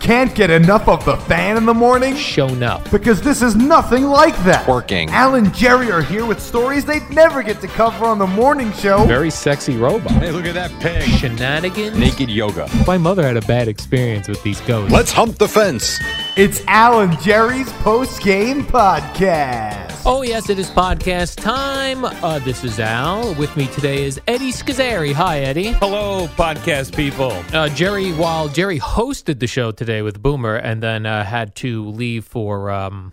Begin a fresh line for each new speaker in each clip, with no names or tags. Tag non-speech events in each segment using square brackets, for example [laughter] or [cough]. Can't get enough of the fan in the morning?
shown up.
Because this is nothing like that.
Working.
Al and Jerry are here with stories they'd never get to cover on the morning show.
Very sexy robot.
Hey, look at that pig.
Shenanigans.
Naked yoga.
My mother had a bad experience with these ghosts.
Let's hump the fence.
It's Al and Jerry's post game podcast.
Oh yes, it is podcast time. Uh, this is Al. With me today is Eddie Scazzeri. Hi, Eddie.
Hello, podcast people.
Uh, Jerry, while Jerry hosted the show today with Boomer, and then uh, had to leave for um,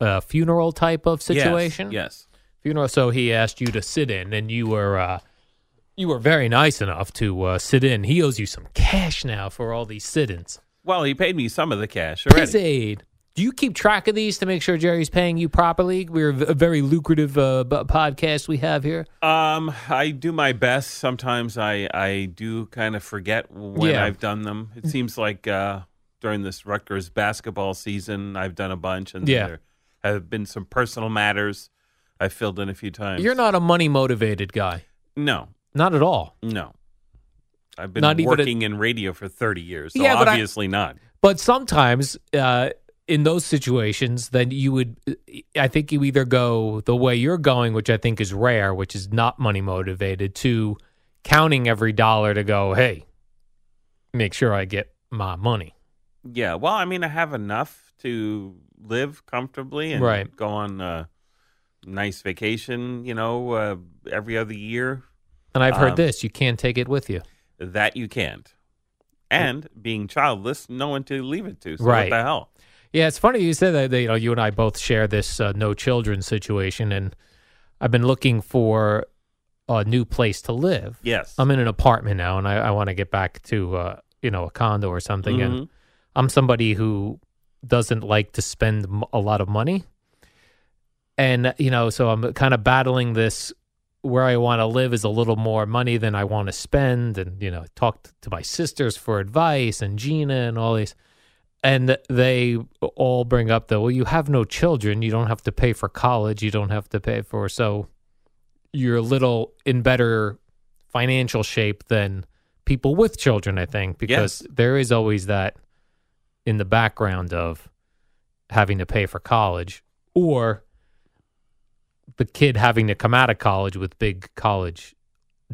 a funeral type of situation.
Yes.
Funeral. So he asked you to sit in, and you were uh, you were very nice enough to uh, sit in. He owes you some cash now for all these sit-ins.
Well, he paid me some of the cash already.
His aid. Do you keep track of these to make sure Jerry's paying you properly? We're a very lucrative uh, b- podcast we have here.
Um, I do my best. Sometimes I I do kind of forget when
Yeah.
I've done them. It seems like uh, during this Rutgers basketball season, I've done a bunch, and
Yeah.
there have been some personal matters I filled in a few times.
You're not a money motivated guy,
No,
not at all.
no. I've been
Not even a-
working in radio for thirty years, so
Yeah, but I-
obviously not.
But sometimes uh, in those situations, then you would, I think you either go the way you're going, which I think is rare, which is not money motivated, to counting every dollar to go, hey, make sure I get my money.
Yeah, well, I mean, I have enough to live comfortably and
Right.
go on a nice vacation, you know, uh, every other year.
And I've heard
Um,
this you can't take it with you.
That you can't. And being childless, no one to leave it to. So
Mm. Right.
what the hell?
Yeah, it's funny you said that. that, You know, you and I both share this uh, no children situation, and I've been looking for a new place to live.
Yes.
I'm in an apartment now, and I, I want to get back to uh, you know a condo or something.
Mm-hmm.
And I'm somebody who doesn't like to spend m- a lot of money, and you know, so I'm kind of battling this. Where I want to live is a little more money than I want to spend, and you know, talked to my sisters for advice and Gina and all these, and they all bring up that well, you have no children, you don't have to pay for college, you don't have to pay for so you're a little in better financial shape than people with children, I think, because
Yes.
there is always that in the background of having to pay for college or the kid having to come out of college with big college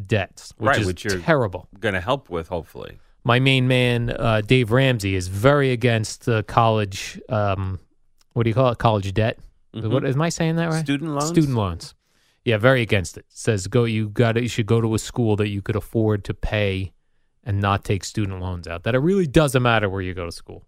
debts, which
Right,
is
which you're-
terrible.
Going to help with, hopefully.
My main man, uh, Dave Ramsey, is very against the college. Um, what do you call it? College debt. What am I saying that right?
Mm-hmm. Student loans?
Student loans. Yeah, very against it. Says go. You got. You should go to a school that you could afford to pay, and not take student loans out. That it really doesn't matter where you go to school.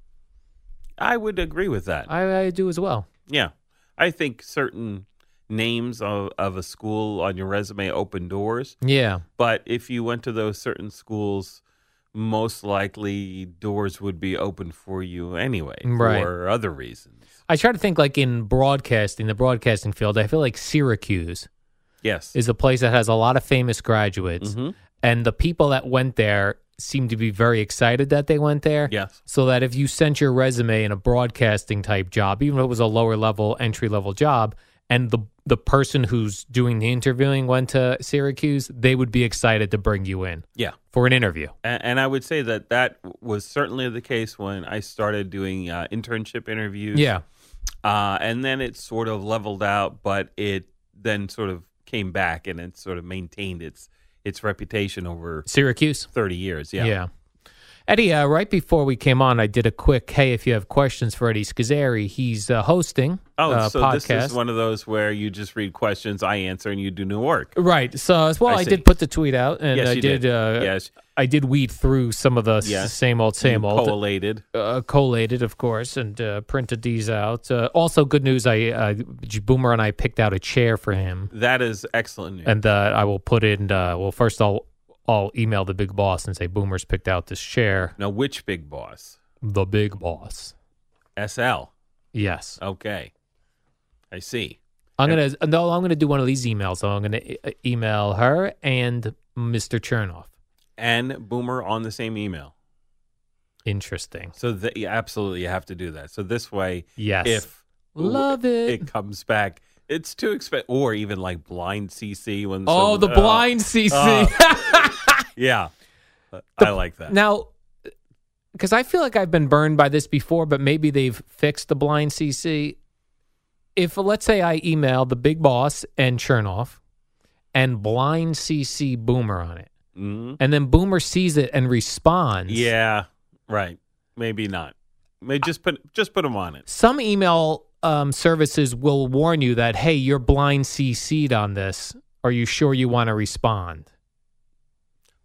I would agree with that.
I, I do as well.
yeah. I think certain names of, of a school on your resume open doors.
Yeah.
But if you went to those certain schools, most likely doors would be open for you anyway
Mm, Right.
for other reasons.
I try to think like in broadcasting, the broadcasting field. I feel like Syracuse
Yes.
is a place that has a lot of famous graduates, and the people that went there seemed to be very excited that they went there.
Yes.
So that if you sent your resume in a broadcasting type job, even if it was a lower level, entry level job, and the the person who's doing the interviewing went to Syracuse, they would be excited to bring you in
Yeah.
for an interview.
And, and I would say that that was certainly the case when I started doing uh, internship interviews.
Yeah.
Uh, and then it sort of leveled out, but it then sort of came back and it sort of maintained its its reputation over
Syracuse.
30 years. Yeah.
Eddie, uh, right before we came on, I did a quick hey, if you have questions for Eddie Scazzeri, he's uh, hosting
Oh,
uh,
so
podcast.
this is one of those where you just read questions, I answer, and you do new work.
Right. So as well,
I
I,
see.
did put the tweet out, and
yes,
I
you
did. Uh,
yes,
I did weed through some of the s-
Yes.
same old,
you
same old.
collated.
uh, collated, of course, and uh, printed these out. Uh, also, good news: I uh, Boomer and I picked out a chair for him,
That is excellent news.
and uh, I will put in. Uh, well, first I'll I'll email the big boss and say Boomer's picked out this chair.
now, which big boss?
The big boss.
SL.
Yes,
Okay. I see.
I'm gonna. No, I'm gonna do one of these emails. So I'm gonna e- email her and Mr. Chernoff.
And Boomer on the same email.
Interesting.
So th- you absolutely have to do that. So this way,
Yes.
if
Love it.
it comes back, it's too expensive. Or even like blind CC when
oh,
someone-
the
uh,
blind CC.
yeah, I like
[laughs]
that.
Now, because I feel like I've been burned by this before, but maybe they've fixed the blind CC. If let's say I email the big boss and Chernoff, and blind CC Boomer on it,
Mhm.
and then Boomer sees it and responds.
Yeah, right. Maybe not. May just put just put them on it.
some email um, services will warn you that hey, you're blind CC'd on this. Are you sure you want to respond?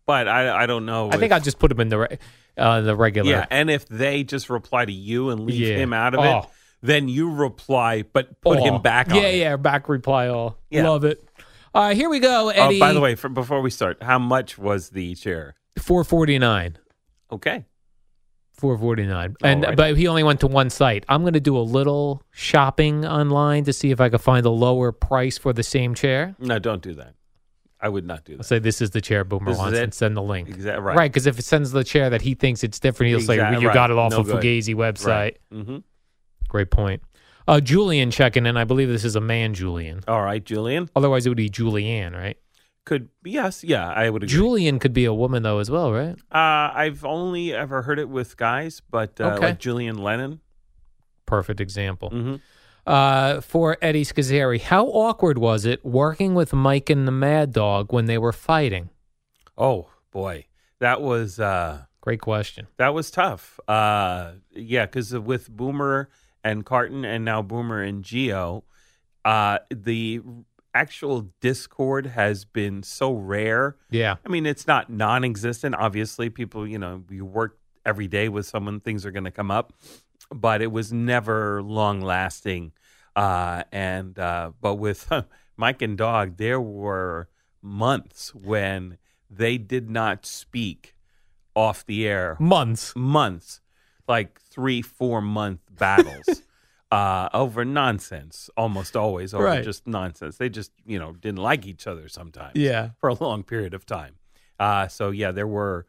But I I don't know.
I think
if-
I'll just put them in the re- uh, the regular.
yeah. And if they just reply to you and leave
Yeah.
him out of it,
Oh.
then you reply, but put
All.
him back on.
Yeah,
it.
yeah, back reply all.
Yeah.
Love it. All right, here we go,
Oh,
Eddie.
by the way, for, before we start, how much was the chair?
449.
Okay.
449. And
All Oh, right.
but he only went to one site. I'm going to do a little shopping online to see if I can find a lower price for the same chair.
No, don't do that. I would not do
I'll
that.
say this is the chair Boomer
This is
wants
it?
and send the link.
Exactly
Right, because if it sends the chair that he thinks it's different, he'll say,
Exact-
well, you
right.
got it off
No
a
good.
Fugazi website.
Mm-hmm.
Great point. Uh, Julian checking in. I believe this is a man, Julian.
All right, Julian.
Otherwise, it would be Julianne, right?
Could yes, yeah, I would agree.
Julian could be a woman, though, as well, right?
uh, I've only ever heard it with guys, but uh,
Okay.
like Julian Lennon.
Perfect example.
Mhm.
Uh, for Eddie Scazzeri, how awkward was it working with Mike and the Mad Dog when they were fighting?
Oh boy, that was uh,
Great question.
that was tough. Uh, yeah, because with Boomer and Carton, and now Boomer and Geo, uh, the actual discord has been so rare
Yeah.
I mean, it's not non existent. Obviously, people, you know, you work every day with someone, things are going to come up, but it was never long lasting. Uh, and, uh, but with [laughs] Mike and Dog, there were months when they did not speak off the air
Months.
months, like three, four month
[laughs]
battles uh, over nonsense, almost always over
Right.
just nonsense. They just, you know, didn't like each other sometimes
Yeah.
for a long period of time. Uh, so, yeah, there were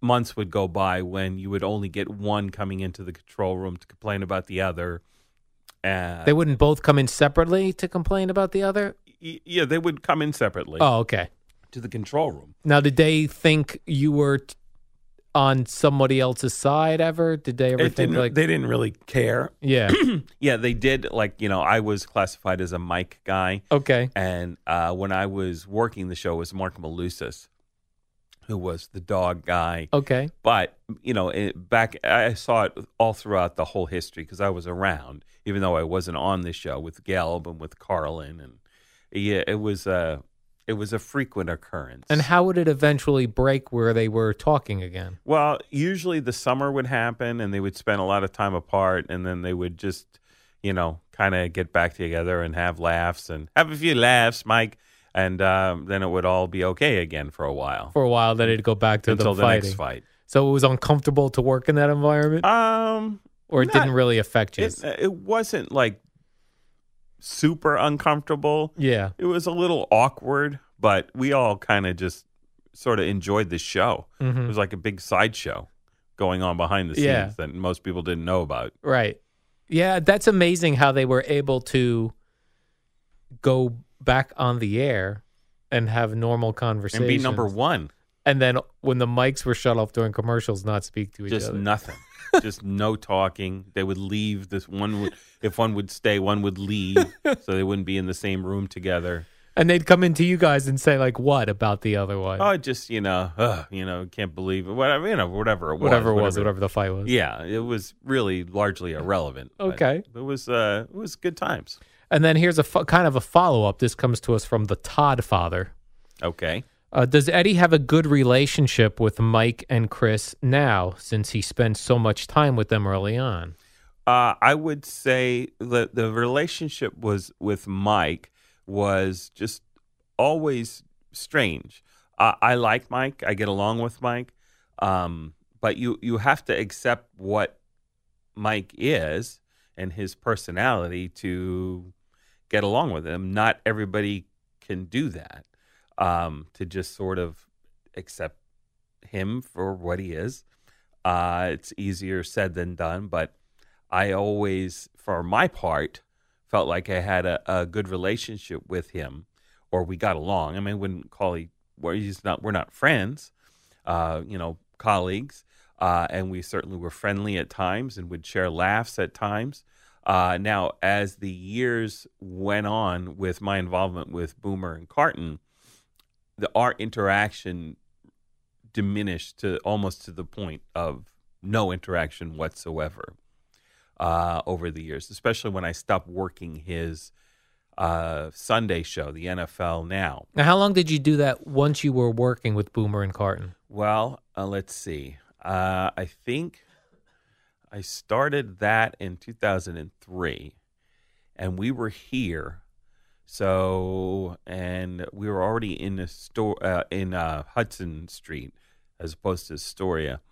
months would go by when you would only get one coming into the control room to complain about the other. Uh,
They wouldn't both come in separately to complain about the other?
y- yeah, they would come in separately
Oh, okay.
to the control room.
Now, did they think you were t- on somebody else's side ever? Did they ever
It
think,
didn't-
like,
they didn't really care.
yeah. [coughs]
Yeah, they did. Like, you know, I was classified as a mic guy.
okay.
And uh, when I was working the show, it was Mark Malusis, who was the dog guy.
Okay.
But you know, it, back I saw it all throughout the whole history because I was around, even though I wasn't on the show with Gelb and with Carlin, and yeah, it was a it was a frequent occurrence.
And how would it eventually break where they were talking again?
Well, usually the summer would happen and they would spend a lot of time apart and then they would just, you know, kind of get back together and have laughs and have a few laughs, Mike. And um, then it would all be okay again for a while
For a while, then it'd go back to
until
the
the
fighting.
next fight.
So it was uncomfortable to work in that environment?
Um,
or it
Not- uh,
didn't really affect you.
it, it wasn't like super uncomfortable.
yeah,
It was a little awkward, but we all kind of just sort of enjoyed this show. It
Mhm.
was like a big sideshow going on behind the scenes
Yeah.
that most people didn't know about.
Right. Yeah, that's amazing how they were able to go back on the air and have normal
And
conversations.
be number one,
And then when the mics were shut off during commercials, not speak to each
just
other. [laughs]
nothing, just no talking. They would leave. This one would, if one would stay, one would leave,
[laughs]
so they wouldn't be in the same room together.
and they'd come into you guys and say like, "What about the other one?
Oh, just you know, ugh, you know, can't believe it. Whatever, you know, whatever it was,
whatever it was, whatever the fight was."
Yeah, it was really largely irrelevant. but
Okay.
it was uh, it was good times.
And then here's a fo- kind of a follow up. This comes to us from the Todd father.
Okay,
Uh, does Eddie have a good relationship with Mike and Chris now, since he spent so much time with them early on?
uh, I would say that the relationship was with Mike was just always strange. Uh, I like Mike. I get along with Mike, um, but you you have to accept what Mike is and his personality to get along with him. Not everybody can do that. Um, to just sort of accept him for what he is. Uh, it's easier said than done, but I always, for my part, felt like I had a, a good relationship with him, or we got along. I mean, I wouldn't call he. We're he's not. We're not friends. Uh, you know, colleagues, uh, and we certainly were friendly at times and would share laughs at times. Uh, now, as the years went on with my involvement with Boomer and Carton, the our interaction diminished to almost to the point of no interaction whatsoever uh, over the years, especially when I stopped working his uh, Sunday show, the NFL Now.
Now, how long did you do that once you were working with Boomer and Carton?
Well, uh, let's see. Uh, I think I started that in 2003, and we were here. So, and we were already in a store uh, in uh, Hudson Street, as opposed to Astoria.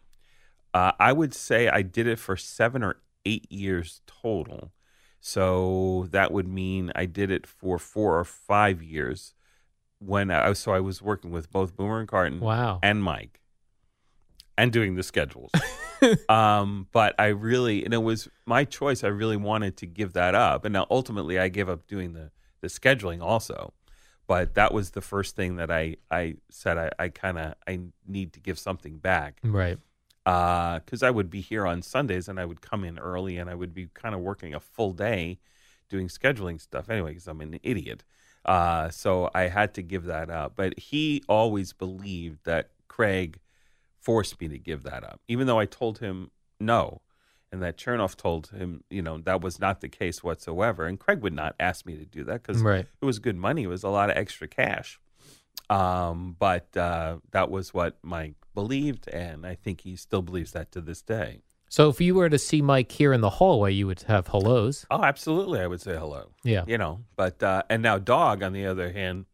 Uh, I would say I did it for seven or eight years total. So that would mean I did it for four or five years. When I so I was working with both Boomer and Carton
Wow.
and Mike and doing the schedules. um, but I really, and it was my choice. I really wanted to give that up. And now ultimately I gave up doing the, the scheduling also. But that was the first thing that I, I said I, I kind of I need to give something back
right.
because I would be here on Sundays and I would come in early and I would be kind of working a full day doing scheduling stuff anyway because I'm an idiot. Uh, so I had to give that up. But he always believed that Craig forced me to give that up, even though I told him no. And that Chernoff told him, you know, that was not the case whatsoever. And Craig would not ask me to do that because
Right.
it was good money. It was a lot of extra cash. Um, but uh, that was what Mike believed, and I think he still believes that to this day.
So if you were to see Mike here in the hallway, you would have hellos.
Oh, absolutely, I would say hello.
Yeah.
You know, but uh, and now Dog, on the other hand,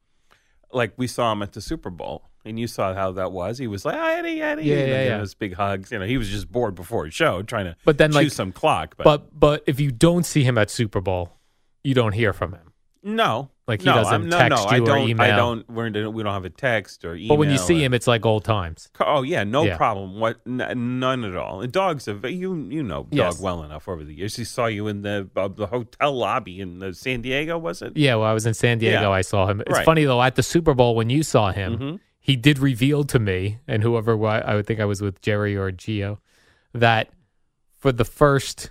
like we saw him at the Super Bowl, and you saw how that was. He was like, Eddie, Eddie,
Yeah,
you
yeah,
know, giving
yeah.
us big hugs. You know, he was just bored before his show, trying to
But then,
chew
like-
some clock. But,
But but if you don't see him at Super Bowl, you don't hear from him.
no,
Like, he
no,
doesn't
I'm- no,
text
no,
you
I
or
don't, I
email.
don't. We're, we don't have a text or email.
But when you
or-
see him, it's like old times.
Oh yeah, no
Yeah.
problem. What? N- none at all. And dogs have you you know dog
Yes.
well enough over the years. He saw you in the uh, the hotel lobby in the San Diego, was it?
Yeah, well, I was in San Diego.
Yeah.
I saw him. It's
Right.
funny though. At the Super Bowl, when you saw him,
Mhm.
he did reveal to me and whoever wa- I would think I was with Jerry or Gio that for the first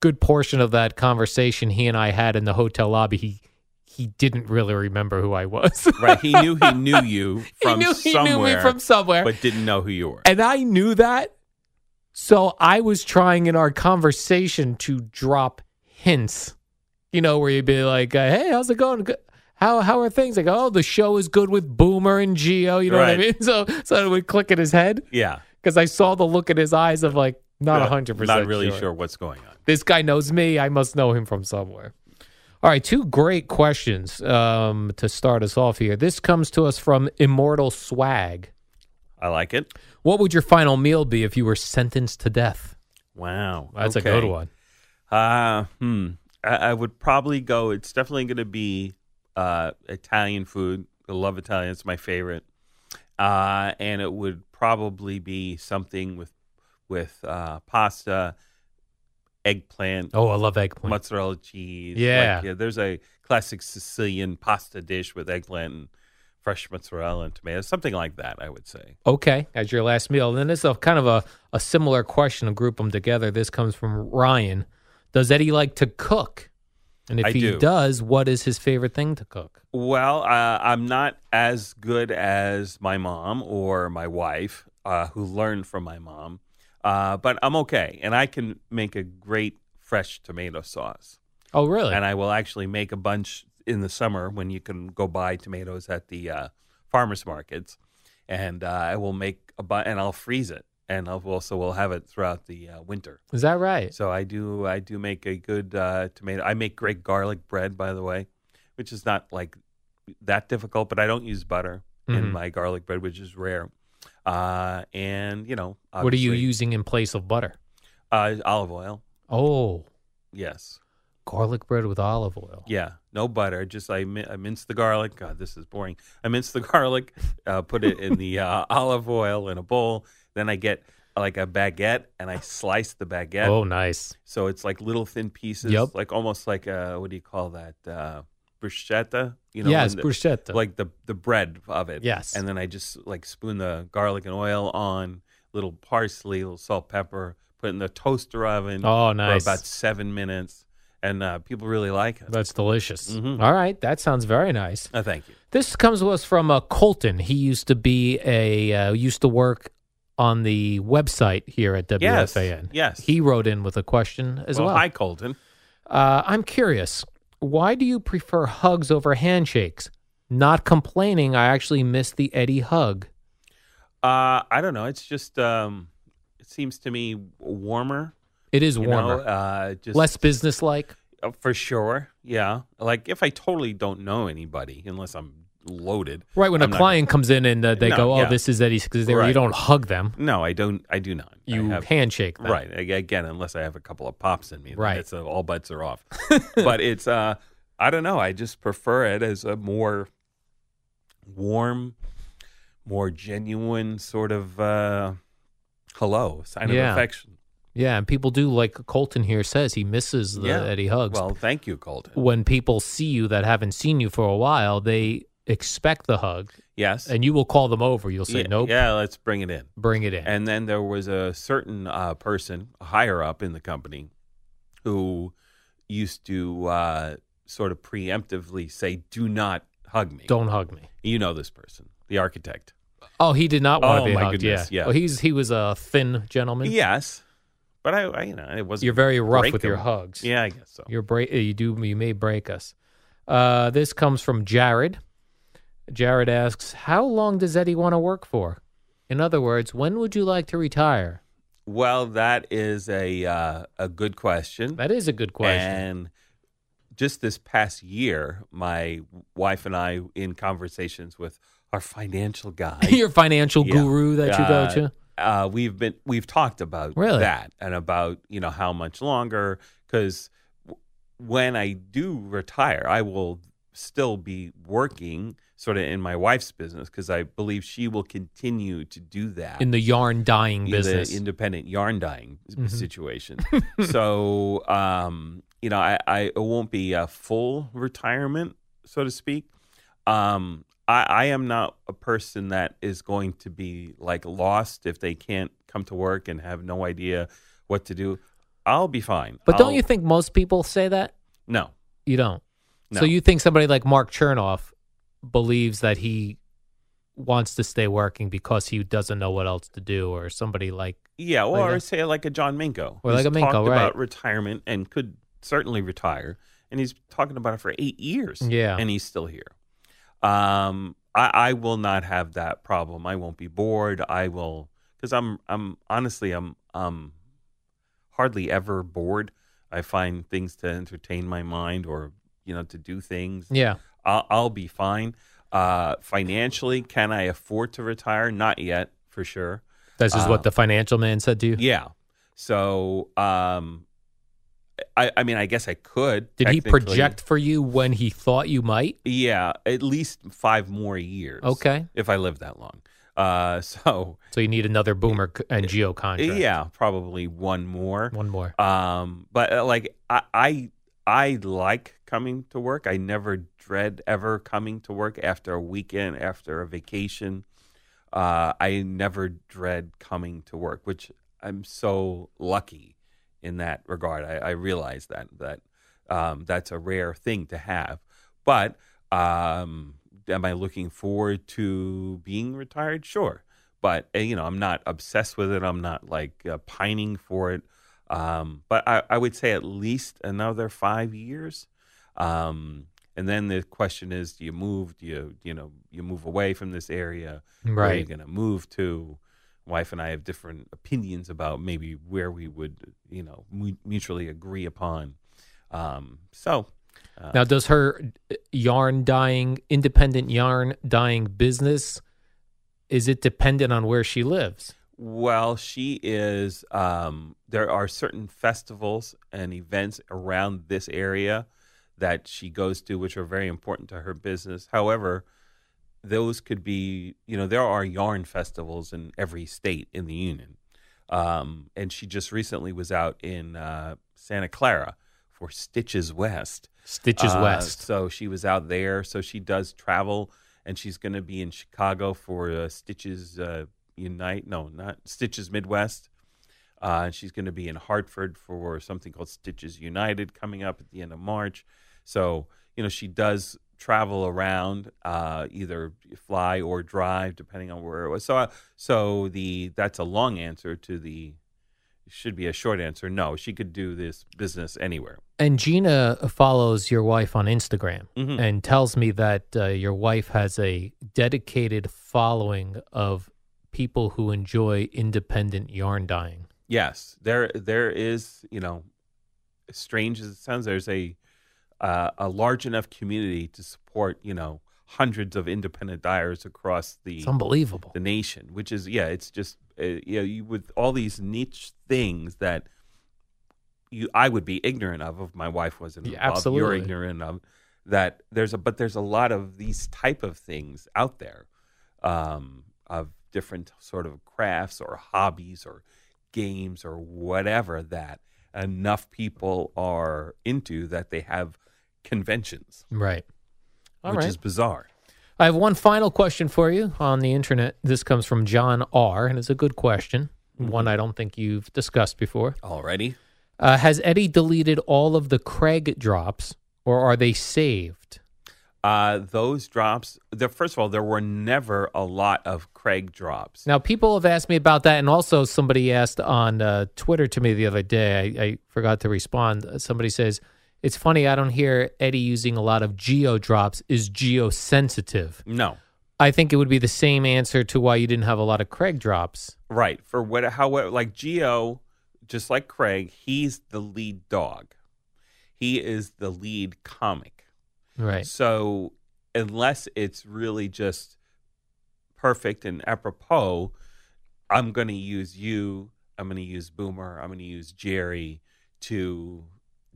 good portion of that conversation he and I had in the hotel lobby, he he didn't really remember who I was. [laughs]
Right. He knew he knew you
he
from
knew he
somewhere,
knew me from somewhere,
but didn't know who you were.
and I knew that. So I was trying in our conversation to drop hints, you know, where you'd be like, uh, "Hey, how's it going? Go- How how are things?" Like, "Oh, the show is good with Boomer and Geo." You know what I
Right.
mean? [laughs] So so it would click in his head
yeah,
because I saw the look in his eyes of like, not
Yeah,
hundred percent,
Not really sure. what's going on.
This guy knows me. I must know him from somewhere. All right, two great questions um, to start us off here. This comes to us from Immortal Swag.
I like it.
What would your final meal be if you were sentenced to death?
Wow,
That's
okay.
a good one.
Uh, hmm. I, I would probably go. It's definitely going to be uh, Italian food. I love Italian. It's my favorite. uh, and it would probably be something with with uh, pasta, eggplant,
Oh, I love eggplant.
mozzarella cheese. Like,
Yeah.
there's a classic Sicilian pasta dish with eggplant and fresh mozzarella and tomatoes, something like that. I would say.
Okay, as your last meal. Then this is a kind of a, a similar question to group them together. This comes from Ryan. Does Eddie like to cook? And if
I
he
do.
does, what is his favorite thing to cook?
Well, uh, I'm not as good as my mom or my wife, uh, who learned from my mom, uh, but I'm okay, and I can make a great fresh tomato sauce.
Oh, really?
and I will actually make a bunch in the summer when you can go buy tomatoes at the uh, farmers markets, and uh, I will make a bunch and I'll freeze it, and I'll also will have it throughout the uh, winter.
is that right?
So I do I do make a good uh, tomato. I make great garlic bread, by the way, which is not like that difficult, but I don't use butter in
Mhm.
my garlic bread, which is rare. Uh, and you know,
What are you
obviously,
using in place of butter?
Uh, olive oil.
Oh,
Yes.
garlic bread with olive oil.
Yeah, no butter. Just I, mi- I mince the garlic. God, this is boring. I mince the [laughs] garlic, uh, put it in the uh, olive oil in a bowl. Then I get uh, like a baguette and I slice the baguette.
Oh, nice.
So it's like little thin pieces,
Yep.
like almost like a, what do you call that? Uh, bruschetta? You know,
yes,
when the-
bruschetta.
Like the, the bread of it.
Yes.
And then I just like spoon the garlic and oil on, little parsley, little salt, pepper, put it in the toaster oven
oh,
for
nice.
about seven minutes. And uh, people really like it.
That's delicious.
Mhm.
All right, that sounds very nice.
Oh, thank you.
This comes to us from uh, Colton. He used to be a uh, used to work on the website here at
Yes,
WFAN.
yes.
he wrote in with a question as well.
Hi, Colton.
Uh, I'm curious. Why do you prefer hugs over handshakes? Not complaining. I actually miss the Eddie hug.
Uh, I don't know. It's just um, it seems to me warmer.
It is
you
warmer,
Know? Uh, just
less businesslike.
uh, for sure. Yeah. Like if I totally don't know anybody, unless I'm loaded.
Right when
I'm
a
not-
client comes in and uh, they
No,
go, "Oh,
yeah.
this is Eddie," because
Right.
you don't hug them.
No, I don't. I do not. I
You
have-
handshake them.
right A- again, unless I have a couple of pops in me. then
Right.
It's uh, all bets
[laughs]
are off. but it's uh, I don't know. I just prefer it as a more warm, more genuine sort of uh, hello sign
Yeah.
of affection.
Yeah, and people do like Colton here says he misses the Eddie hugs.
Well, thank you, Colton.
when people see you that haven't seen you for a while, they expect the hug,
Yes.
and you will call them over. You'll say,
yeah,
"Nope,
Yeah, let's bring it in.
bring it in."
And then there was a certain uh, person higher up in the company who used to uh, sort of preemptively say, "Do not hug me."
don't hug me.
You know this person, the architect.
Oh, he did not want
Oh,
to be
my
hugged.
goodness,
yeah.
yeah.
Well, he's he was a thin gentleman.
Yes, but I, I, you know, it wasn't.
You're very rough
break
with your
him.
hugs.
Yeah, I guess so.
You're break. You do. You may break us. Uh, this comes from Jared. Jared asks, "How long does Eddie want to work for?" In other words, when would you like to retire?
Well, that is a uh, a good question.
That is a good question.
And just this past year, my wife and I, in conversations with our financial guy,
[laughs] Your financial
Yeah.
guru that you go
Uh,
to.
uh, we've been we've talked about
Really?
that and about you know how much longer because when I do retire, I will still be working sort of in my wife's business because I believe she will continue to do that
in the yarn dyeing
in
business.
the independent yarn dyeing s-
Mhm.
situation. so, [laughs] um, you know, I, I it won't be a full retirement, so to speak. Um, I, I am not a person that is going to be like lost if they can't come to work and have no idea what to do. I'll be fine.
but
I'll-
don't you think most people say that?
No,
You don't.
no.
So you think somebody like Mark Chernoff believes that he wants to stay working because he doesn't know what else to do, or somebody like
yeah,
like
or
that?
say like a John Minko,
Or like
who's
a Minko,
talked
right.
about retirement and could certainly retire, and he's talking about it for eight years.
Yeah.
and he's still here. Um, I, I will not have that problem. I won't be bored. I will because I'm I'm honestly I'm um hardly ever bored. I find things to entertain my mind or you know to do things.
yeah,
I'll, I'll be fine. Uh, financially, can I afford to retire? Not yet, for sure.
this is what
Uh,
the financial man said to you.
Yeah. So, um, I, I mean, I guess I could.
Did he
technically.
project for you when he thought you might?
Yeah, at least five more years.
Okay.
If I live that long. Uh, [laughs] so
So you need another Boomer c- and Geo contract.
yeah, probably one more.
One more.
Um, but uh, like I, I I like coming to work. I never dread ever coming to work after a weekend, after a vacation. Uh, I never dread coming to work, which I'm so lucky in that regard. I, I realize that that um, that's a rare thing to have. But um, am I looking forward to being retired? Sure, but uh, you know I'm not obsessed with it. I'm not like uh, pining for it. Um, but I, I would say at least another five years. Um, and then the question is, do you move? Do you you know you move away from this area? Where you
Right.
going to move to? Wife and I have different opinions about maybe where we would you know mu- mutually agree upon. Um, so Uh,
Now, does her uh, yarn dyeing, independent yarn dyeing business, is it dependent on where she lives?
Well, she is. Um, there are certain festivals and events around this area that she goes to, which are very important to her business. However, those could be, you know, there are yarn festivals in every state in the union. Um, and she just recently was out in uh, Santa Clara for Stitches West.
Stitches
Uh,
West.
So she was out there. So she does travel, and she's going to be in Chicago for uh, Stitches uh, Unite. No, not Stitches Midwest. Uh, and she's going to be in Hartford for something called Stitches United coming up at the end of March. So you know she does travel around, uh, either fly or drive, depending on where it was. So uh, so the that's a long answer to the should be a short answer. No, she could do this business anywhere.
And Gina follows your wife on Instagram
Mhm.
and tells me that uh, your wife has a dedicated following of people who enjoy independent yarn dyeing.
Yes, there there is you know, strange as it sounds, there's a uh, a large enough community to support you know hundreds of independent dyers across the
It's unbelievable.
the nation, which is yeah, it's just uh, you know you, with all these niche things that you I would be ignorant of if my wife wasn't
Yeah,
involved. You're
absolutely.
ignorant of that. There's a but there's a lot of these type of things out there um, of different sort of crafts or hobbies or games or whatever that enough people are into that they have conventions,
Right. All right.
which is bizarre.
I have one final question for you on the internet. This comes from John R., and it's a good question, one I don't think you've discussed before.
Already,
Uh, has Eddie deleted all of the Craig drops, or are they saved?
Uh, those drops. The, first of all, there were never a lot of Craig drops.
Now, people have asked me about that, and also somebody asked on uh, Twitter to me the other day. I, I forgot to respond. Uh, Somebody says, "It's funny I don't hear Eddie using a lot of geo drops. Is geo sensitive?"
No,
I think it would be the same answer to why you didn't have a lot of Craig drops.
right. For what? How? Like Geo, just like Craig, he's the lead dog. He is the lead comic.
Right.
So unless it's really just perfect and apropos, I'm going to use you. I'm going to use Boomer. I'm going to use Jerry to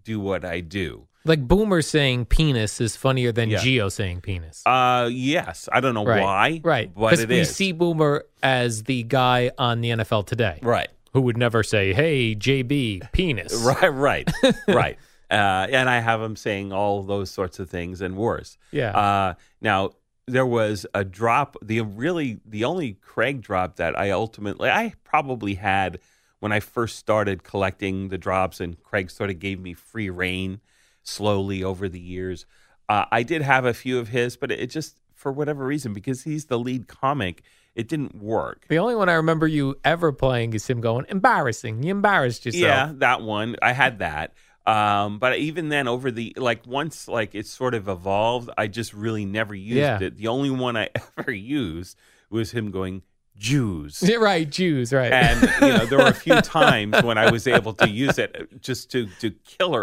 do what I do.
Like Boomer saying penis is funnier than
Yeah.
Geo saying penis.
Uh, yes. I don't know
right.
why.
Right.
But it
we
is.
see Boomer as the guy on the NFL today
Right.
who would never say, hey, JB, penis.
Right, right, right. Uh, and I have him saying all those sorts of things and worse.
Yeah.
Uh, now there was a drop. The really the only Craig drop that I ultimately I probably had when I first started collecting the drops, and Craig sort of gave me free reign slowly over the years. Uh, I did have a few of his, but it just for whatever reason because he's the lead comic, it didn't work.
the only one I remember you ever playing is him going, embarrassing. You embarrassed yourself. [laughs]
Yeah, that one. I had that. Um, but even then, over the like once like it sort of evolved, I just really never used
Yeah.
it. The only one I [laughs] ever used was him going Jews.
Yeah, Right, Jews, right.
And you know, there were a few times when I was able to use it uh, just to to killer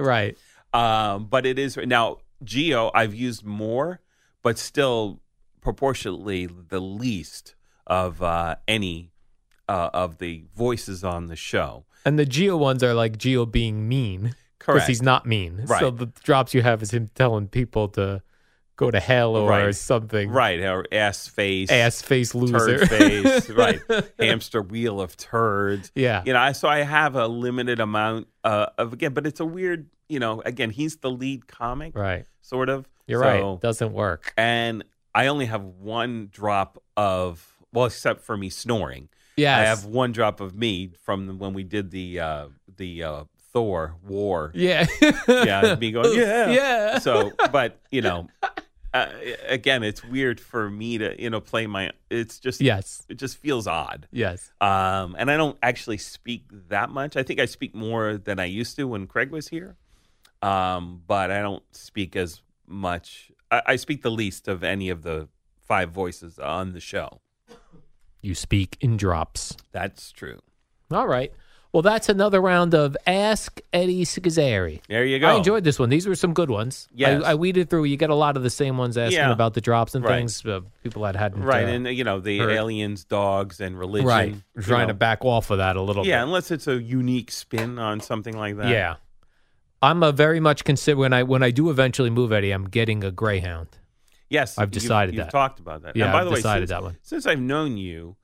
[laughs] right.
Um, but it is now Geo. I've used more, but still proportionately the least of uh, any uh, of the voices on the show.
And the Geo ones are like Geo being mean.
Correct.
he's not mean. So
Right.
the drops you have is him telling people to go to hell or
Right.
something.
Right. Or ass face.
Ass face loser. [laughs]
turd face. right. Hamster wheel of turds.
yeah.
You know, I, so I have a limited amount uh, of, again, but it's a weird, you know, again, he's the lead comic,
Right.
sort of.
You're
So-
right. Doesn't work.
And I only have one drop of, well, except for me snoring.
Yes.
I have one drop of me from the- when we did the uh, the uh, Thor
[laughs]
war.
yeah.
Yeah, me going
[laughs]
yeah.
Yeah.
So, but you know, uh, again, it's weird for me to you know play my. It's just
yes.
It just feels odd.
Yes.
Um, and I don't actually speak that much. I think I speak more than I used to when Craig was here. Um, but I don't speak as much. I, I speak the least of any of the five voices on the show.
You speak in drops.
That's true.
All right. Well, that's another round of Ask Eddie Scazzeri.
There you go.
I enjoyed this one. These were some good ones.
Yes.
I, I weeded through. You get a lot of the same ones asking
Yeah.
about the drops and
Right.
things. Uh, people that hadn't
right
uh,
and uh, you know the
or-
aliens dogs and religion
right
you
trying to
know.
back off of that a little
yeah
bit.
unless it's a unique spin on something like that
Yeah. I'm a very much consider when I when I do eventually move Eddie. I'm getting a Greyhound.
yes
I've
you've-
decided
you've
that.
talked about that
Yeah,
and by
I've
the way
decided
since,
that one.
since i've known you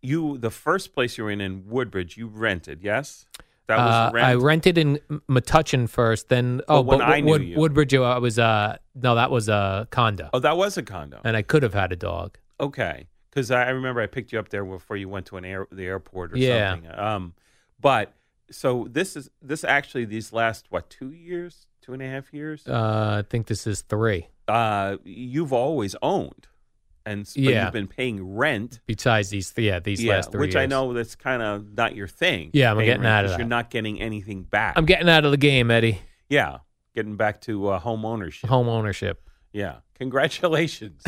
you the first place you were in in woodbridge you rented yes that was
Uh,
rent
I rented in M- Metuchen first, then oh,
when
but
I knew
Wood,
you.
Woodbridge, I was uh no, that was a condo,
oh that was a condo
and I could have had a dog.
okay because I, I remember i picked you up there before you went to an air the airport or
Yeah.
something um but so this is this actually these last what two years two and a half years
Uh, I think this is three.
uh, you've always owned, and s- but
Yeah.
you've been paying rent.
Besides these, yeah, these
yeah,
last three.
which I
years.
know that's kind of not your thing.
Yeah, I'm
paying
getting
rent,
out of
'cause You're
that.
not getting anything back.
I'm getting out of the game, Eddie.
yeah, getting back to uh, home ownership.
Home ownership.
Yeah,
[laughs]
congratulations.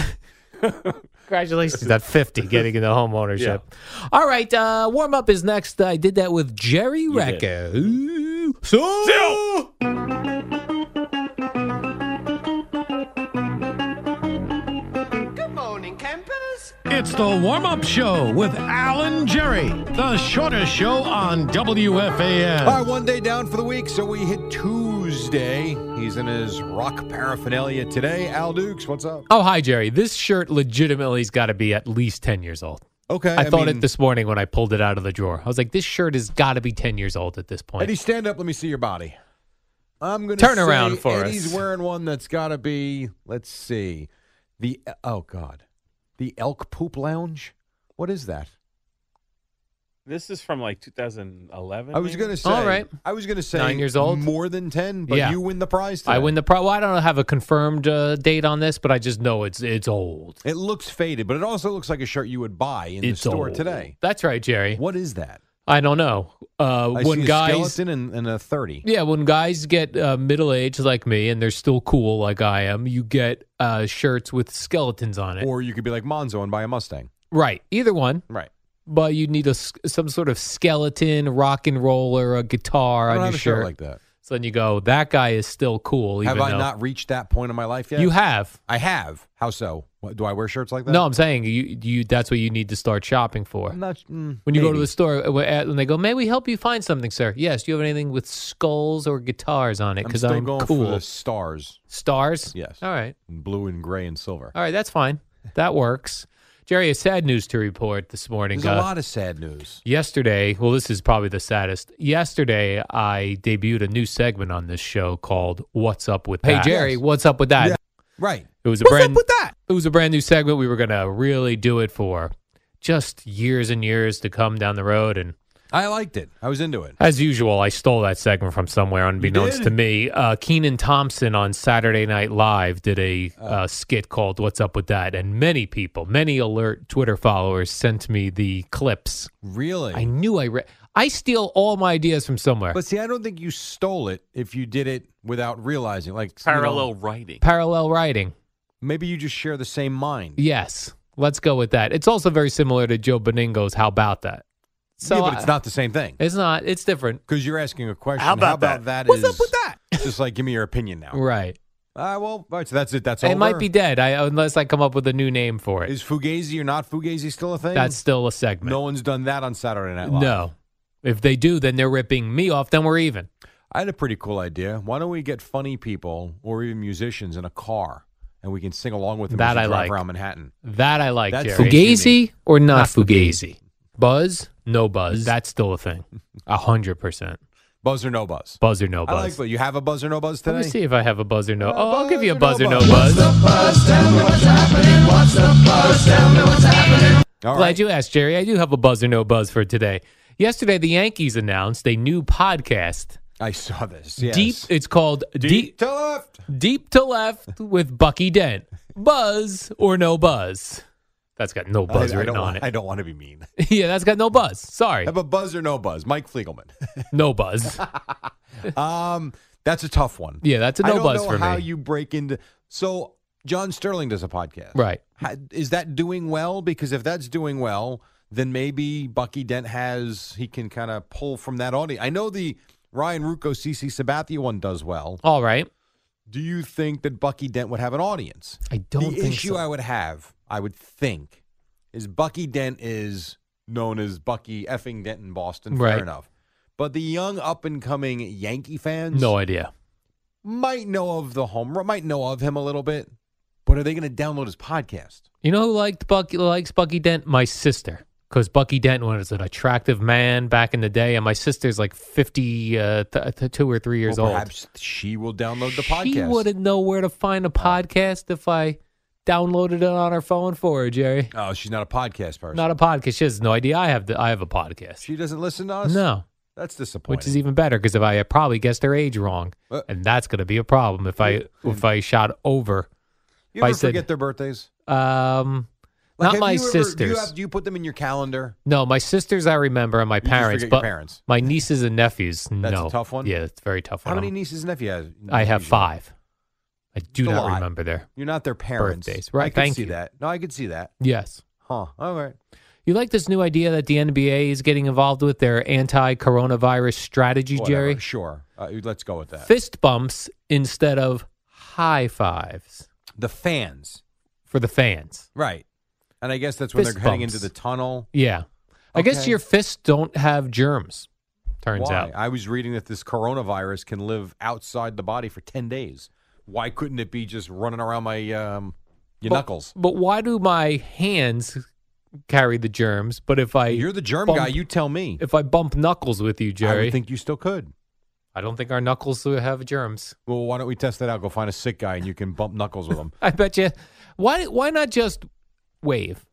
Congratulations at 50 getting into home ownership. All right, uh, warm up is next. I did that with Jerry
did.
Recco. Ooh, So,
Still!
It's the warm up show with Alan Jerry, the shortest show on WFAN.
All right, one day down for the week, so we hit Tuesday. He's in his rock paraphernalia today. Al Dukes, what's up?
oh hi Jerry. This shirt legitimately has got to be at least 10 years old.
Okay,
I, thought
mean,
it this morning when I pulled it out of the drawer. I was like, this shirt has got to be 10 years old at this point.
Eddie, stand up. Let me see your body. I'm gonna
Turn
say
around for us.
Eddie's wearing one that's got to be. Let's see, the oh god, the elk poop lounge. What is that?
this is from like 2011.
I was
maybe?
gonna say.
All right.
I was gonna say
Nine years old?
more than ten. But
Yeah.
you win the prize. Today.
I win the pro. Well, I don't have a confirmed uh, date on this, but I just know it's it's old.
It looks faded, but it also looks like a shirt you would buy in
it's
the store
old.
today.
That's right, Jerry.
What is that?
I don't know. Uh,
I
when
see
guys,
a skeleton and, and a thirty.
yeah, when guys get uh, middle aged like me and they're still cool like I am, you get uh, shirts with skeletons on it.
Or you could be like Monzo and buy a Mustang.
right, either one.
Right.
But you need a s- some sort of skeleton, rock and roll, or a guitar
I
on
don't
your
have a
shirt.
shirt like that.
so then you go, that guy is still cool. Even
have I
though
not reached that point in my life yet?
You have.
I have. How so? What, do I wear shirts like that?
No, I'm saying you, you. That's what you need to start shopping for.
I'm not. mm,
When you go to
maybe.
the store, uh, wh- uh, when they go, may we help you find something, sir? Yes. Do you have anything with skulls or guitars on it?
I'm
Because
still
I'm,
going
cool.
for the stars,
Stars.
Yes.
All right.
blue and gray and silver.
All right. That's fine. That works. Jerry, a sad news to report this morning.
There's
Uh,
a lot of sad news.
yesterday, well, this is probably the saddest. Yesterday, I debuted a new segment on this show called "What's Up with That." Hey, Jerry,
Yes.
what's up with that?
Yeah. Right.
It was a
What's
brand.
up with that?
it was a brand new segment we were going to really do it for just years and years to come down the road and
I liked it. I was into it.
as usual i stole that segment from somewhere unbeknownst
did?
to me uh, keenan thompson on saturday night live did a
Oh.
uh, skit called what's up with that and many people many alert twitter followers sent me the clips
Really.
i knew i read i steal all my ideas from somewhere
but see, I don't think you stole it if you did it without realizing. Like you know,
parallel writing.
parallel writing
maybe you just share the same mind.
yes let's go with that it's also very similar to joe beningo's how about that so
yeah, but it's
I-
not the same thing.
it's not it's different
Because you're asking a question.
How about
that?
What's up with
that? is [laughs] Just like, give me your opinion now.
right
Ah, well, all right, so that's it. That's
It might
over.
be dead I, unless I come up with a new name for it.
Is Fugazi or not Fugazi still a thing?
That's still a segment.
no one's done that on Saturday Night Live.
no. If they do, then they're ripping me off. Then we're even.
I had a pretty cool idea. Why don't we get funny people or even musicians in a car and we can sing along with them
That
as we
I
drive
like.
around Manhattan.
That I like,
That's
Jerry.
Fugazi.
Fugazi or not,
Not
Fugazi?
Buzz, no buzz.
Buzz.
That's still a thing. A hundred percent.
Buzz or no buzz?
Buzz or no
I like
buzz.
buzz. You have a buzz or no buzz today?
Let me see if I have a buzz or no.
Uh,
Oh, I'll give you a buzz or no
What's the
buzz.
buzz? Tell me what's happening. What's the buzz? Tell me what's happening. All right.
Glad you asked, Jerry. I do have a buzz or no buzz for today. Yesterday, the Yankees announced a new podcast.
I saw this. Yes.
Deep. It's called
Deep to left.
Deep to left with Bucky Dent. Buzz or no buzz? That's got no buzz
I, I
written
don't
on
want,
it.
I don't want to be mean.
[laughs] yeah, that's got no buzz. Sorry,
Have a buzz or no buzz? Mike Fliegelman. [laughs]
no buzz.
Um, that's a tough one.
Yeah, that's a
I
no
don't
buzz
know
for
how
me.
you break into. So John Sterling does a podcast,
Right.
How, is that doing well? Because if that's doing well, then maybe Bucky Dent has he can kind of pull from that audience. I know the Ryan Rucco, CC Sabathia one does well.
All right.
Do you think that Bucky Dent would have an audience?
I don't
the
think
issue
so.
I would have, I would think, is Bucky Dent is known as Bucky effing Dent in Boston.
Right.
Fair enough. But the young up and coming Yankee fans
No idea.
might know of the home run, might know of him a little bit, but are they going to download his podcast?
You know who liked Bucky likes Bucky Dent? My sister. Because Bucky Dent was an attractive man back in the day, and my sister's like fifty uh, th- th- two or three years
Well,
old.
Perhaps she will download the podcast.
She wouldn't know where to find a podcast if I downloaded it on her phone for her, Jerry.
Oh, she's not a podcast person.
Not a podcast. She has no idea I have the, I have a podcast.
she doesn't listen to us.
no,
that's disappointing.
which is even better because if I had probably guessed her age wrong,
Uh,
and that's going to be a problem if I if I shot over.
you ever
I said-
forget their birthdays?
Um,
Like,
not
have
my
you ever- do you
sisters.
have- do you put them in your calendar?
no, my sisters I remember and my
just
parents,
forget
but
your parents.
my nieces and nephews.
That's a
no,
tough one.
Yeah, it's a very tough
How
one.
many
I'm-
nieces and nephews? have-
I have
nephews you
five. I do
It's a
not
lot.
remember there.
You're not their parents.
Birthdays, right,
I could
thank
see
you.
that. No, I could see that.
Yes.
Huh. All right.
You like this new idea that the NBA is getting involved with their anti-coronavirus strategy,
Whatever.
Jerry?
Sure. Uh, let's go with that.
Fist bumps instead of high fives
the fans.
for the fans.
Right. And I guess that's when
Fist
they're heading into
bumps.
the tunnel.
Yeah. I guess
Okay.
your fists don't have germs, turns
Why?
out.
I was reading that this coronavirus can live outside the body for 10 days. Why couldn't it be just running around my um, your
But-
knuckles?
But why do my hands carry the germs? But if I
You're the germ
bump-
guy. You tell me.
if I bump knuckles with you,
I
Jerry,
would think you still could.
I don't think our knuckles will have germs. [laughs]
Well, why don't we test that out? Go find a sick guy and you can bump knuckles with him.
I bet you. Why? Why not just wave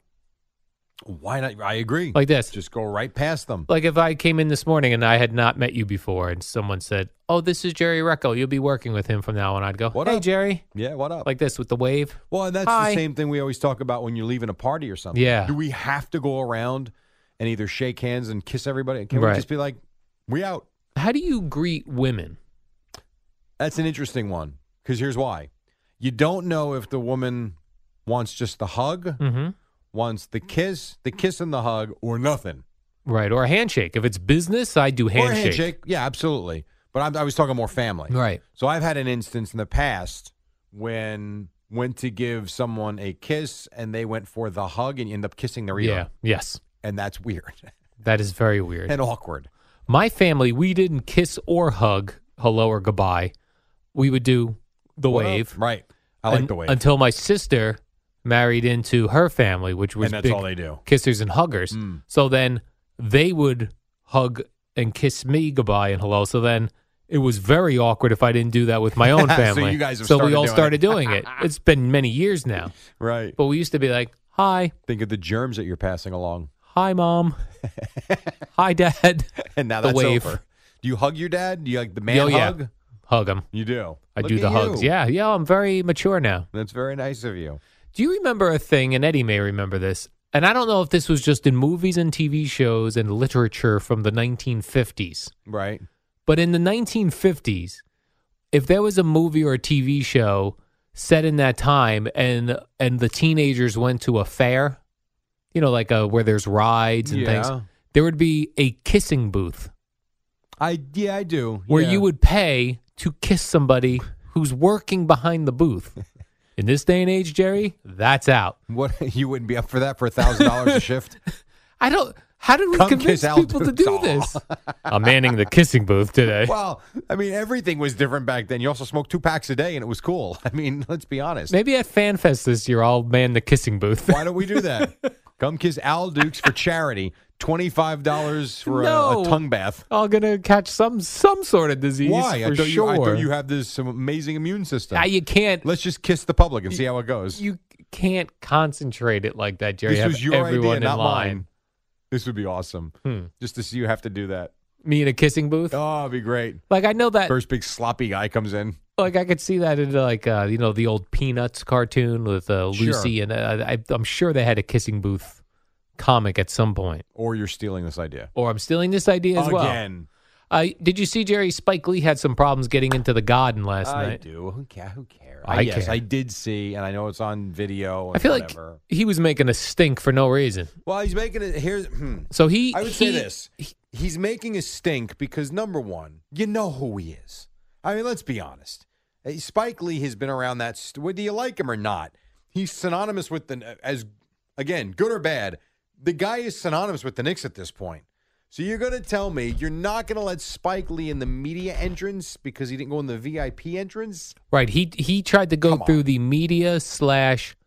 Why not? I agree.
like this?
just go right past them.
Like if I came in this morning and I had not met you before, and someone said, "Oh, this is Jerry Recco. You'll be working with him from now on." I'd go,
What
"Hey,
up?"
Jerry,"
Yeah, what up?
like this with the wave.
Well, and that's
Hi.
the same thing we always talk about when you're leaving a party or something.
Yeah.
Do we have to go around and either shake hands and kiss everybody? Can
Right.
we just be like, we out?
How do you greet women?
That's an interesting one because here's why. You don't know if the woman wants just the hug,
Mm-hmm.
wants the kiss, the kiss and the hug, or nothing.
Right, or a handshake. If it's business, I do handshake.
Or a handshake. Yeah, absolutely. But I'm, I was talking more family.
Right.
So I've had an instance in the past when went to give someone a kiss and they went for the hug and you end up kissing the real.
Yeah. Yes.
And that's weird. [laughs]
That is very weird.
and awkward.
My family, we didn't kiss or hug, hello or goodbye. We would do the
What up?
wave.
Right. I like
Un-
the wave.
Until my sister married into her family, which was
and that's
big
all they do.
kissers and huggers.
Mm.
So then they would hug and kiss me goodbye and hello. So then it was very awkward if I didn't do that with my own
[laughs] So
family.
you guys have
so we
started
all
doing it.
started doing
[laughs]
it. It's been many years now,
Right.
but we used to be like, "Hi,
Think of the germs that you're passing along.
hi, [laughs] mom, hi, dad."
[laughs] And now
The
that's
wave.
over. Do you hug your dad? Do you like the man
Yo, yeah.
hug?
Hug him.
You do.
I
Look
do
at
the
you.
hugs. Yeah, yeah. I'm very mature now.
That's very nice of you.
Do you remember a thing, and Eddie may remember this, and I don't know if this was just in movies and TV shows and literature from the 1950s,
Right.
but in the 1950s, if there was a movie or a TV show set in that time and and the teenagers went to a fair, you know, like a, where there's rides and
Yeah.
things, there would be a kissing booth
I yeah, I do.
where
Yeah.
you would pay to kiss somebody who's working behind the booth.
[laughs]
In this day and age, Jerry, that's out.
[laughs]
[laughs]
what you wouldn't be up for that for a thousand dollars a shift.
I don't. How did we
Come
convince
kiss Al
people to do
Dukes.
this?
[laughs]
I'm manning the kissing booth today.
Well, I mean, everything was different back then. You also smoked two packs a day, and it was cool. [laughs] I mean, let's be
[laughs]
honest.
Maybe at FanFest this year, I'll man the kissing booth. [laughs]
Why don't we do that? Come kiss Al Dukes for charity. Twenty-five dollars for a- a,
No.
tongue bath.
I'm gonna catch some some sort of disease
Why?
for
I
sure.
thought, you, I thought you have this amazing immune system.
Ah, you can't
Let's just kiss the public and see how it goes.
you can't concentrate it like that, Jerry.
this
Have
was your
everyone
idea,
in
not
line. Hmm.
mine. This would be awesome. Just to see you have to do that.
Me in a kissing booth.
Oh, it'd be great.
Like I know that.
First big sloppy guy comes in.
Like I could see that in like uh, you know the old Peanuts cartoon with uh,
Sure.
Lucy, and uh, I, I'm sure they had a kissing booth comic at some point.
Or you're stealing this idea.
Or I'm stealing this idea as well.
Again.
Uh, did you see Jerry Spike Lee had some problems getting into the Garden last
I
night?
do. Who care? Who cares?
I
yes,
care.
I did see, and I know it's on video. And
I feel
whatever.
like he was making a stink for no reason.
Well, he's making it. Here's. Hmm.
So he,
I would
he-
say this: he's making a stink because number one, you know who he is. I mean, let's be honest. Uh, Spike Lee has been around that. St- whether you like him or not, he's synonymous with the uh, as again, good or bad. The guy is synonymous with the Knicks at this point. So you're going to tell me you're not going to let Spike Lee in the media entrance because he didn't go in the VIP entrance?
Right. He he tried to go
Come on.
through the media slash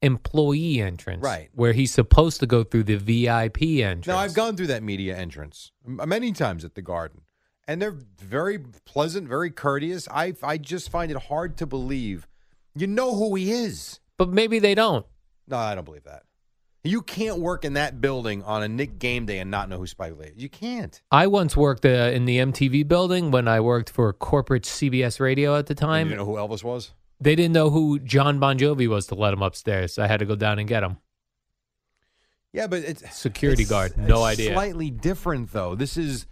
employee entrance.
Right.
Where he's supposed to go through the VIP entrance.
Now I've gone through that media entrance m- many times at the Garden, and they're very pleasant, very courteous. I I just find it hard to believe. You know who he is?
But maybe they don't.
No, I don't believe that. You can't work in that building on a Nick game day and not know who Spike Lee. is. You can't.
I once worked uh, in the MTV building when I worked for corporate CBS radio at the
And
time.
you know who Elvis was?
They didn't know who John Bon Jovi was to let him upstairs. I had to go down and get him.
Yeah, but it's
Security
it's-
guard,
it's
no idea.
Slightly different though. This is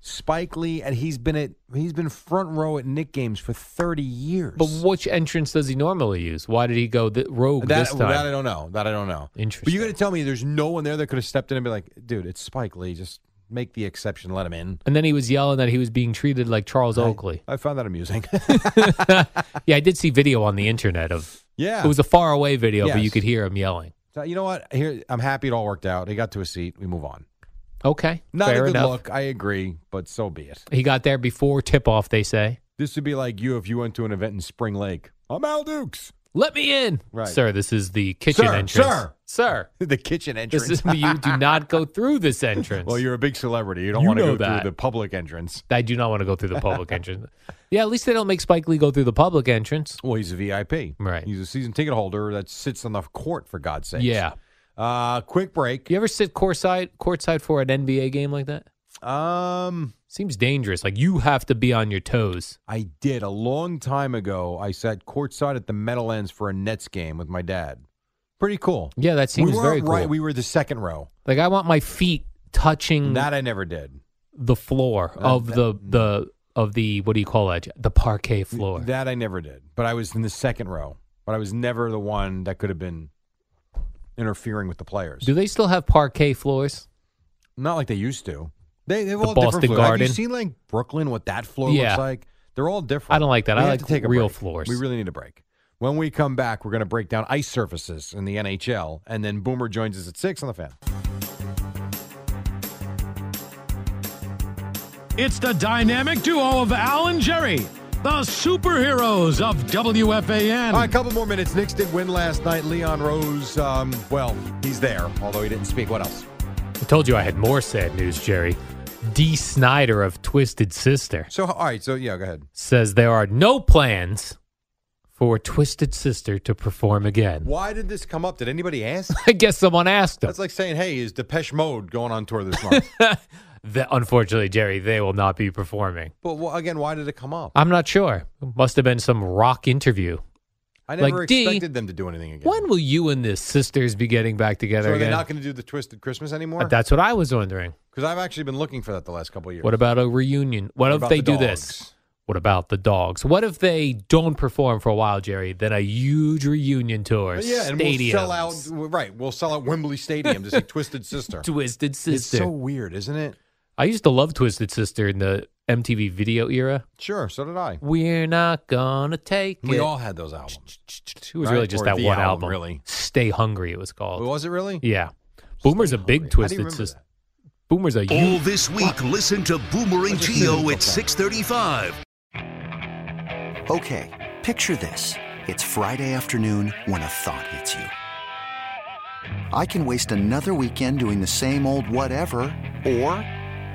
Spike Lee, and he's been at he's been front row at Nick games for thirty years.
But which entrance does he normally use? Why did he go th- rogue
That,
this time?
that I don't know. That I don't know. But
Interesting.
you're going to tell me there's no one there that could have stepped in and be like, dude, it's Spike Lee. Just make the exception. Let him in.
and then he was yelling that he was being treated like Charles Oakley.
I found that amusing. [laughs]
Yeah, I did see video on the internet of
yeah.
it was a far away video, but you
Yes.
could hear him yelling.
So, you know what? Here, I'm happy it all worked out. He got to a seat. We move on.
Okay.
Not
fair
a good
enough.
look. I agree, but so be it.
He got there before tip off, they say.
This would be like you if you went to an event in Spring Lake. I'm Al Dukes. [laughs]
Let me in.
Right.
Sir, this is the kitchen
Sir,
entrance.
sir.
Sir.
the kitchen entrance.
This is you do not go through this entrance.
well, you're a big celebrity. You don't
You
want to
know
go
that.
through the public entrance.
I do not want to go through the public entrance. Yeah, at least they don't make Spike Lee go through the public entrance.
Well, he's a VIP.
Right.
He's a season ticket holder that sits on the court, for God's sake.
Yeah.
Uh, quick break.
You ever sit courtside courtside for an NBA game like that?
Um,
Seems dangerous. Like you have to be on your toes.
I did a long time ago. I sat courtside at the Meadowlands for a Nets game with my dad. Pretty cool.
Yeah, that seems
we weren't
very cool.
right. We were the second row.
like I want my feet touching
That mm. I never did.
the floor of the the of the what do you call that? The parquet floor.
That I never did. But I was in the second row. But I was never the one that could have been interfering with the players.
do they still have parquet floors?
Not like they used to. They they've
The
all
Boston
different floors. Have you
Garden.
seen like Brooklyn what that floor
Yeah.
looks like? They're all different.
I don't like that.
We
I
have
like
to take a
real
break.
floors.
We really need a break. When we come back, we're going to break down ice surfaces in the NHL, and then Boomer joins us at six on the fan.
It's the dynamic duo of Al and Jerry, the superheroes of WFAN.
All right, a couple more minutes. Knicks did win last night. Leon Rose, um, well, he's there, although he didn't speak. What else?
I told you I had more sad news, Jerry. D. Snyder of Twisted Sister
So, all right, so yeah, go ahead.
says there are no plans for Twisted Sister to perform again. [laughs]
Why did this come up? Did anybody ask?
I guess someone asked him.
That's like saying, hey, is Depeche Mode going on tour this
[laughs]
month?
That- unfortunately, Jerry, they will not be performing.
but well, again, why did it come up?
I'm not sure. Must have been some rock interview.
I never
like, D,
expected them to do anything again.
When will you and the sisters be getting back together
so are they
again?
not going to do the Twisted Christmas anymore?
That's what I was wondering.
Because I've actually been looking for that the last couple of years.
What about a reunion? What, if
about
they
the
do this?
dogs?
What about the dogs? What if they don't perform for a while, Jerry? Then a huge reunion tour.
Yeah, and we'll
stadiums,
sell out. Right, we'll sell out Wembley Stadium
[laughs]
to see Twisted Sister.
Twisted
It's
Sister.
so weird, isn't it?
I used to love Twisted Sister in the MTV video era.
Sure, so did I.
We're not gonna take
We
it.
all had those albums.
it was
Right,
really just
or
that
the
one
album,
album,
really.
Stay Hungry. It was called.
Was it really?
yeah, Boomer's a
Hungry.
big
How do you
Twisted
remember
Sister.
that?
Boomers are
All
you.
this week, listen to Boomer and Geo at 635.
Okay, picture this. It's Friday afternoon when a thought hits you. I can waste another weekend doing the same old whatever, or